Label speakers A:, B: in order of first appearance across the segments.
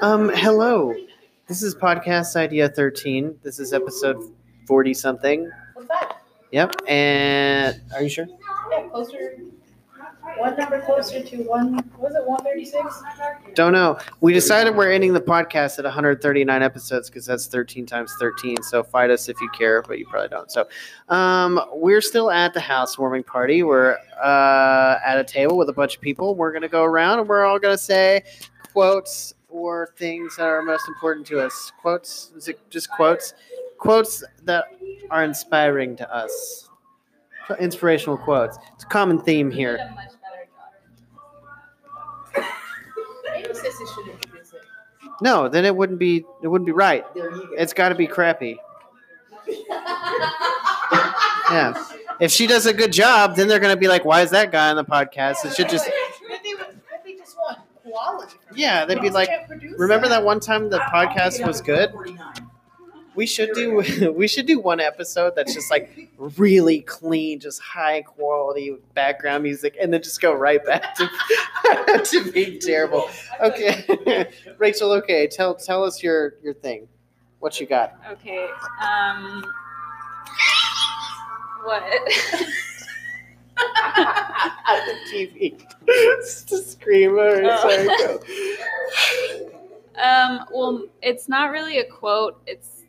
A: Um, hello. This is podcast idea 13. This is episode 40 something.
B: What's that?
A: Yep. And are you sure?
B: Yeah, closer. One number closer to one. Was it one thirty six?
A: Don't know. We decided we're ending the podcast at 139 episodes because that's 13 times 13. So fight us if you care, but you probably don't. So um, we're still at the housewarming party. We're uh, at a table with a bunch of people. We're going to go around and we're all going to say quotes or things that are most important to us. Quotes? Is it just quotes? Quotes that are inspiring to us. Inspirational quotes. It's a common theme here.
B: Maybe Sissy should introduce it.
A: No, then it wouldn't be it wouldn't be right.
B: There you go.
A: It's got to be crappy. Yeah. If she does a good job, then they're going to be like, "Why is that guy on the podcast?" It should just
B: But they, would, but they just want quality. from
A: Yeah,
B: it.
A: they'd be
B: just
A: like,
B: can't produce
A: Remember that one time the podcast was good?
C: What
A: We should do we should do one episode that's just like really clean, just high quality background music and then just go right back to, to being terrible. Okay. Rachel, okay, tell tell us your your thing. What you got?
D: Okay. Um. What?
A: At the TV. It's to scream. All right, sorry, go.
D: um. Well, it's not really a quote. It's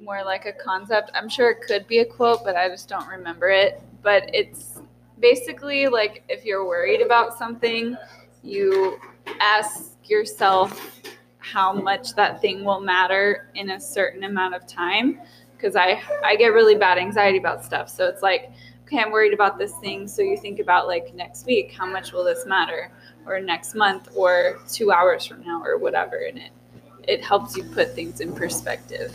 D: more like a concept. I'm sure it could be a quote, but I just don't remember it. But it's basically like if you're worried about something, you ask yourself how much that thing will matter in a certain amount of time. Because I I get really bad anxiety about stuff. So it's like okay, I'm worried about this thing. So you think about like next week, how much will this matter? Or next month or two hours from now or whatever. And it it helps you put things in perspective.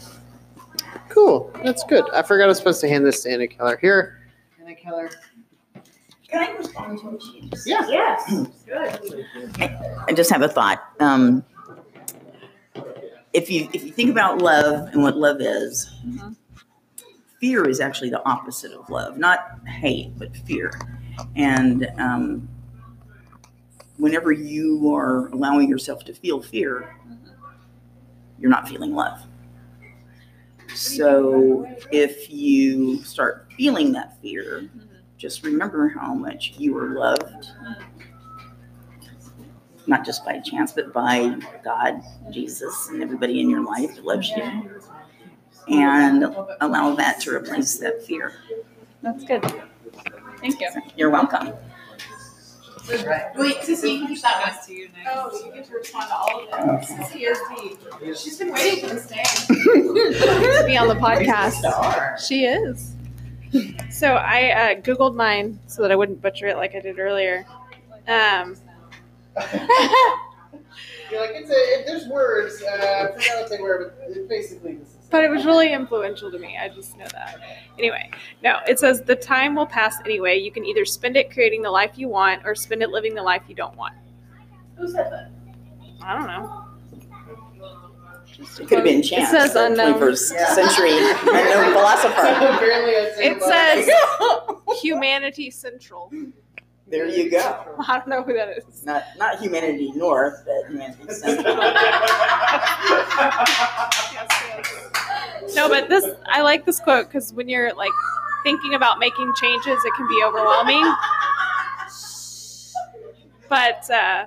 A: Cool. That's good. I forgot I was supposed to hand this to Anna Keller. Here. Anna Keller.
C: Can I respond to what she just
A: Yeah.
B: Yes. Good.
C: I just have a thought. Um, if you if you think about love and what love is,
D: Mhm.
C: fear is actually the opposite of love. Not hate, but fear. And um, whenever you are allowing yourself to feel fear, you're not feeling love. So if you start feeling that fear, just remember how much you are loved not just by chance, but by God, Jesus, and everybody in your life that loves you. And allow that to replace that fear.
D: That's good. Thank you.
C: You're welcome.
E: Wait, Sissy, you can do that one.
D: to you
E: Oh, you get to respond to all of them. Sissy is the. She's been waiting for this day.
F: to be on the podcast. She is. So I uh, Googled mine so that I wouldn't butcher it like I did earlier. Um,
A: You're like, it's a, it, there's words. Uh, I forgot what they were, but it basically this is.
F: but it was really influential to me. I just know that. Anyway, no, it says the time will pass anyway. You can either spend it creating the life you want or spend it living the life you don't want.
B: Who said that?
F: I don't know.
C: It could have been chance.
F: It says
C: but
F: unknown.
C: 21st century unknown philosopher.
A: apparently I said
F: It
A: about-
F: says Humanity Central.
C: There you go.
F: I don't know who that is.
C: Not not humanity north, but humanity central.
F: No, but this I like this quote because when you're like thinking about making changes, it can be overwhelming. But uh,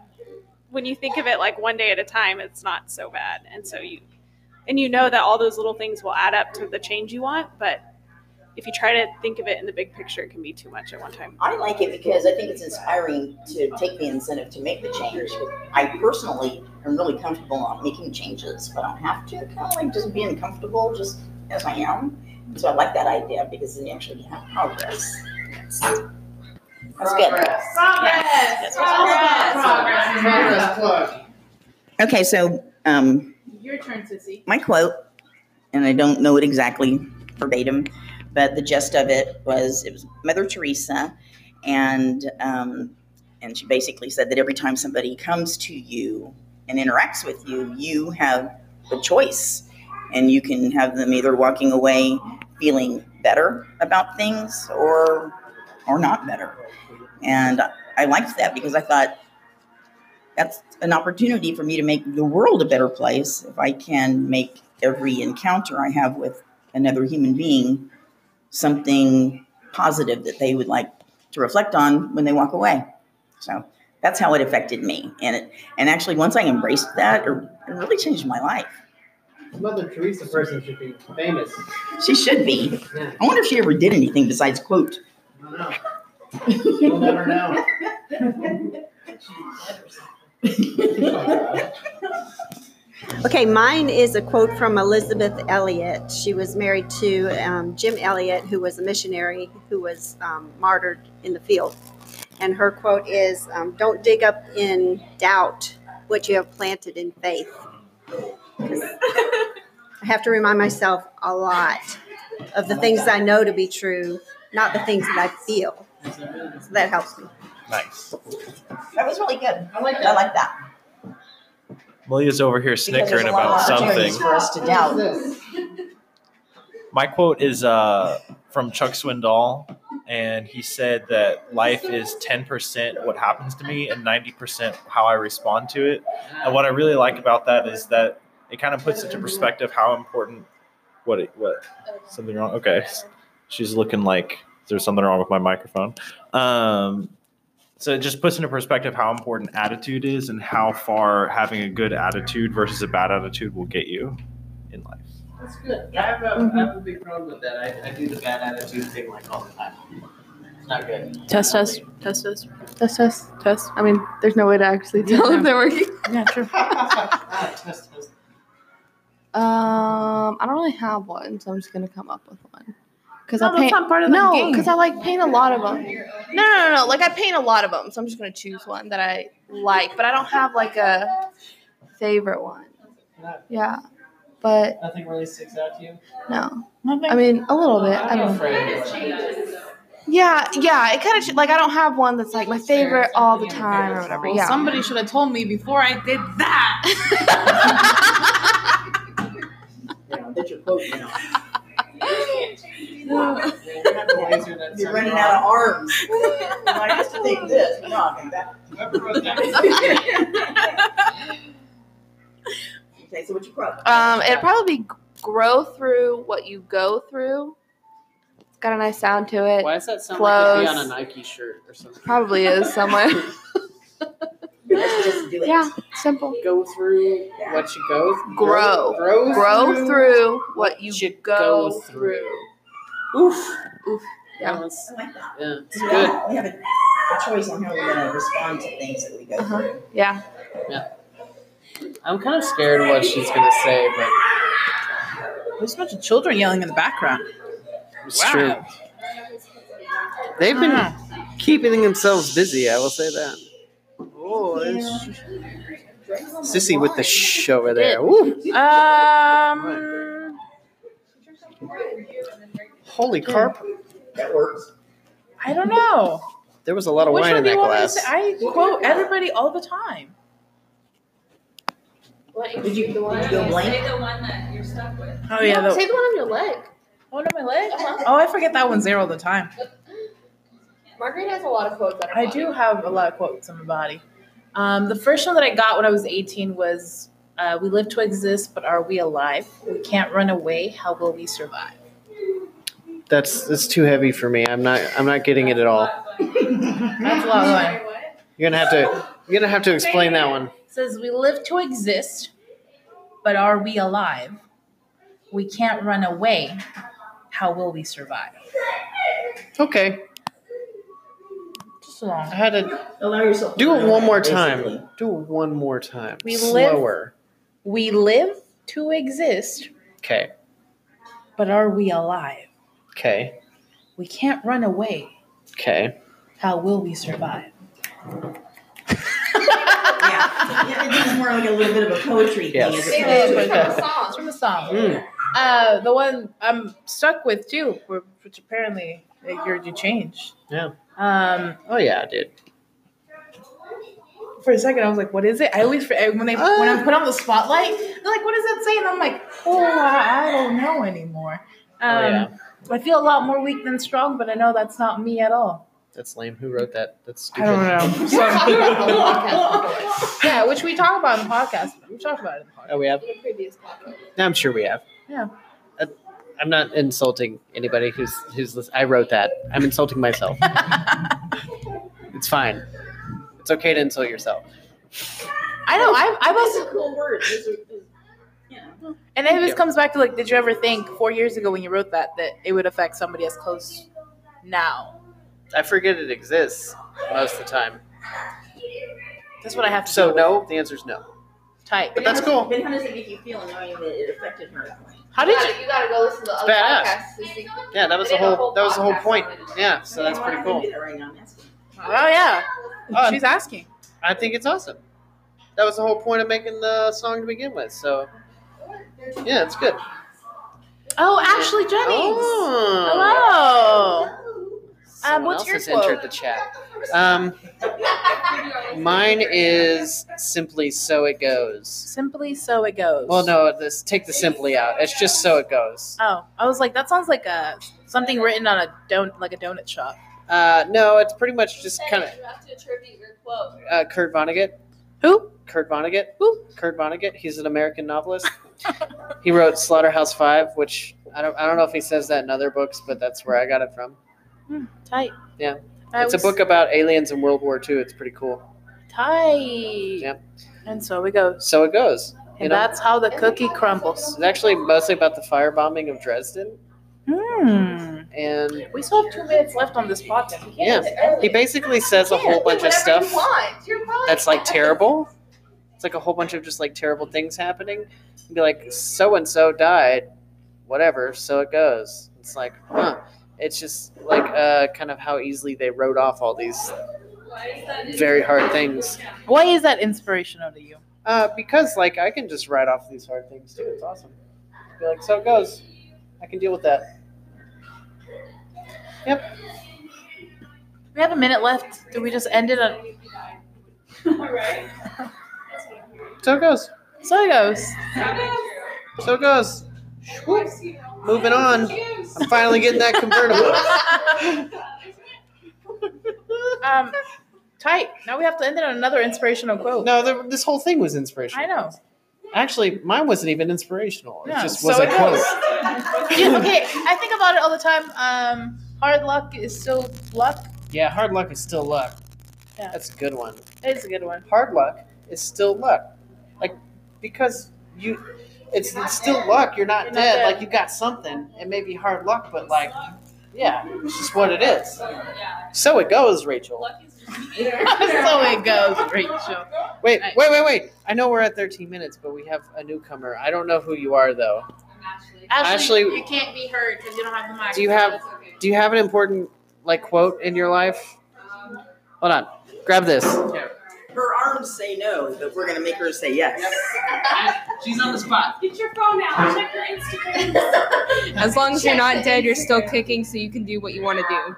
F: when you think of it like one day at a time, it's not so bad, and so you and you know that all those little things will add up to the change you want. But if you try to think of it in the big picture, it can be too much at one time.
C: I like it because I think it's inspiring to take the incentive to make the change. I personally am really comfortable not making changes, but I don't have to. Kind of like just being comfortable just as I am. So I like that idea because then you actually have progress. That's good.
E: Progress. Progress.
A: Progress plug.
C: Okay, so um,
E: Your turn, Sissy.
C: my quote, and I don't know it exactly verbatim, but the gist of it was it was Mother Teresa, and um, and she basically said that every time somebody comes to you and interacts with you, you have a choice, and you can have them either walking away feeling better about things or or not better, and I liked that because I thought that's an opportunity for me to make the world a better place if I can make every encounter I have with another human being something positive that they would like to reflect on when they walk away. So that's how it affected me. And it, and actually, once I embraced that, it really changed my life.
A: Mother Teresa person should be famous.
C: She should be.
A: Yeah.
C: I wonder if she ever did anything besides quote.
A: I don't know. You'll never know.
G: Okay, mine is a quote from Elizabeth Elliot. She was married to um, Jim Elliot, who was a missionary who was um, martyred in the field. And her quote is, um, "Don't dig up in doubt what you have planted in faith." 'Cause I have to remind myself a lot of the things I know to be true, not the things that I feel. So that helps me.
H: Nice.
C: That was really good.
B: I like
C: I
B: that.
C: like that.
H: Malia's over here
C: because there's
H: snickering
C: a lot of
H: about something.
C: opportunities For us to doubt.
H: My quote is uh, from Chuck Swindoll, and he said that life is 10% what happens to me and 90% how I respond to it. And what I really like about that is that it kind of puts into perspective how important. What? It, what? Something wrong? Okay. She's looking like there's something wrong with my microphone. Um, so it just puts into perspective how important attitude is and how far having a good attitude versus a bad attitude will get you in life.
A: That's good. I have, a, I have a big problem with that. I, I do the bad attitude thing like all the time. It's not good.
I: Test us. Test us. Test us. Test. I mean, there's no way to actually tell if they're working. Yeah, true. Um, I don't really have one, so I'm just gonna come up with one. Cause
E: No,
I: I
E: that's
I: paint.
E: not part of the
I: No,
E: game.
I: because I like paint a lot of them. No, no, no, no. Like I paint a lot of them, so I'm just gonna choose one that I like. But I don't have like a favorite one. Yeah, but
A: Nothing really sticks out to you?
I: no.
E: Nothing.
I: I mean, a little bit. I
A: I'm
I: don't.
A: afraid of it.
I: Yeah, yeah. It kind of like I don't have one that's like my favorite all the time or whatever.
E: Well,
I: Yeah.
E: Somebody should have told me before I did that.
C: That's your quote now.
A: You're not the laser that's-
C: You're running out of arms. I used to think this, rock, and that.
A: Whoever wrote that-
C: Okay, so what you quote?
I: Um, it'd probably be g- grow through what you go through. It's got a nice sound to it.
A: Why does that sound like it'd be
I: Close.
A: on a Nike shirt or something?
I: Probably is somewhere.
C: Let's just do it.
I: yeah, simple.
A: Go through what you go through.
I: Grow.
A: Grow,
I: Grow through what you
A: you
I: go,
A: go
I: through.
A: Oof.
I: Oof.
A: Yeah.
I: Yeah.
A: that's-
C: I like that.
A: yeah, it's
C: We
A: good.
C: all- We have a, a choice on how we're going to respond to things that we go
I: Uh-huh.
C: through.
I: Yeah.
A: I'm kind of scared what she's going to say, but
E: There's a bunch of children yelling in the background.
A: It's true. They've been keeping themselves busy. I will say that. Oh, Sissy with the shh over there. Ooh,
E: Um.
A: holy carp!
C: That works.
E: I don't know.
A: There was a lot of
E: Which
A: wine
E: one
A: in
E: do
A: that
E: you want me to say?
A: glass.
E: I quote everybody all the time.
C: Did you, did you go blank?
D: Say the one that you're stuck with.
E: Oh yeah, the
I: Say the one on your leg. Uh-huh.
E: one on my leg. Oh, I forget that one's there all the time.
I: Margaret has a lot of quotes that
E: I do have a lot of quotes on my body. Um, the first one that I got when I was 18 was, uh, "We live to exist, but are we alive? We can't run away. How will we survive?"
A: That's that's too heavy for me. I'm not I'm not getting it at all.
E: That's a lot of fun.
A: You're gonna have to you're gonna have to explain that one.
E: It says we live to exist, but are we alive? We can't run away. How will we survive?
A: Okay,
E: Just along.
A: I had to
C: Allow yourself. to
A: do it
C: run
A: one more
C: away,
A: time.
C: basically.
A: Do it one more time.
E: We live-
A: Slower.
E: We live to exist,
A: Okay.
E: but are we alive?
A: Okay.
E: We can't run away.
A: Okay.
E: How will we survive?
C: Yeah. yeah, this is more like a little bit of a poetry
A: Yes.
C: thing. as
E: Say
C: opposed
E: that.
C: to-
E: It's from a song.
A: Mm.
E: Uh, the one I'm stuck with too, which apparently like, you're, you changed.
A: Yeah.
E: Um,
A: Oh yeah, I did.
E: for a second, I was like, "What is it?" I always forget- when they when
I: Uh.
E: I'm put on the spotlight, they're like, "What does that say?" And I'm like, "Oh, I, I don't know anymore." Um,
A: Oh, yeah.
E: I feel a lot more weak than strong, but I know that's not me at all.
A: That's lame. Who wrote that? That's
E: I
A: stupid.
E: don't know. So-
I: podcast
E: yeah, which we talk about in podcasts. We talked about it in the podcast.
A: Oh, we have.
I: in the previous podcast.
A: No, I'm sure we have.
E: Yeah.
A: Uh, I'm not insulting anybody who's who's listening. I wrote that. I'm insulting myself. it's fine. It's okay to insult yourself.
E: I know. I, I was,
B: It's a cool word. It's a- it's-
E: and it always comes back to like, did you ever think four years ago when you wrote that that it would affect somebody as close now?
A: I forget it exists most of the time.
E: That's what I have to.
A: So
E: deal with.
A: no, the answer is no.
E: type.
A: But that's cool.
C: But how does it make you feel knowing that it affected her?
E: How did you?
I: gotta, you gotta go listen to the other
A: badass.
I: podcasts to see.
A: Yeah, that was the
I: They did a
A: whole
I: whole
A: that was the whole
I: podcast
A: point.
I: on it.
A: Yeah, so that's pretty cool.
E: Oh yeah,
A: Uh,
E: she's asking.
A: I think it's awesome. That was the whole point of making the song to begin with. So yeah, it's good.
E: Oh, Ashley Jennings.
A: Oh,
E: Hello. Um,
A: Someone
E: what's
A: else
E: your
A: has
E: quote?
A: entered the chat. Um, mine is simply so it goes.
E: Simply so it goes.
A: Well, no, this take the simply out. It's just so it goes.
E: Oh, I was like, that sounds like a something written on a don like a donut shop.
A: Uh, no, it's pretty much just kind of
D: You have to attribute your quote.
A: uh, Kurt Vonnegut.
E: Who?
A: Kurt Vonnegut.
E: Who?
A: Kurt Vonnegut. He's an American novelist. he wrote Slaughterhouse Five, which I don't I don't know if he says that in other books, but that's where I got it from.
E: Tight.
A: Yeah.
E: I
A: it's
E: was-
A: a book about aliens and World War II. It's pretty cool.
E: Tight.
A: Yep.
E: And so it goes.
A: So it goes. You
E: And
A: know,
E: that's how the cookie crumbles.
A: it's actually mostly about the firebombing of Dresden,
E: Hmm.
A: and
E: We still have two minutes left on this podcast. We
A: Yeah.
E: can't end it early.
A: he basically says a whole bunch of stuff that's like terrible. It's like a whole bunch of just like terrible things happening. He'd be like, so and so died, whatever. So it goes. It's like, huh. It's just like uh, kind of how easily they wrote off all these very hard things.
E: Why is that inspirational to you?
A: Uh, because like I can just write off these hard things too. It's awesome. Be like, so it goes. I can deal with that.
E: We have a minute left. Do we just end it on?
A: So it goes.
E: So it goes.
A: So it goes. Whoop. Moving on. I'm finally getting that convertible.
E: Um, tight. Now we have to end it on another inspirational quote.
A: No, th this whole thing was
E: I
A: inspirational.
E: know.
A: Actually, mine wasn't even inspirational. It
E: No,
A: just was
E: so
A: a
E: it
A: quote.
E: goes. Yeah, okay, I think about it all the time. Um, hard luck is still luck.
A: Yeah, hard luck is still luck.
E: Yeah.
A: That's a good one.
E: It's a good one.
A: Hard luck is still luck. Like because you it's, it's still luck, you're not,
E: You're not
A: dead.
E: dead.
A: like you got something. It may be hard luck, but like yeah, it's just what it is.
D: Yeah.
A: So it goes, Rachel.
D: Luck is
E: so it goes, Rachel.
A: Wait,
E: Right.
A: wait, wait, wait. I know we're at 13 minutes, but we have a newcomer. I don't know who you are though.
D: actually.
A: Ashley-
E: you can't be heard because you don't have the mic.
A: Do you have do you have an important like quote in your life? Hold on. Grab this.
C: Her arms say no, but we're gonna make her say yes.
A: She's on the spot.
F: Get your phone out. Check your Instagram.
J: As long as you're not dead, you're still kicking, so you can do what you want to do.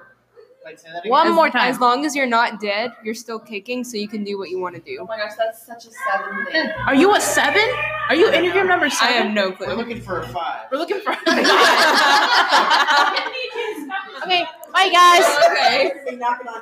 A: Wait, say that again.
E: One
J: As-
E: more time.
J: As long as you're not dead, you're still kicking, so you can do what you want to do.
I: my gosh, that's such a seven thing.
E: Are you a seven? Are you interview number
J: I
E: seven?
J: have no
A: We're
J: clue.
A: looking for a five.
E: We're looking for.
J: okay,
E: Bye, guys.
J: okay.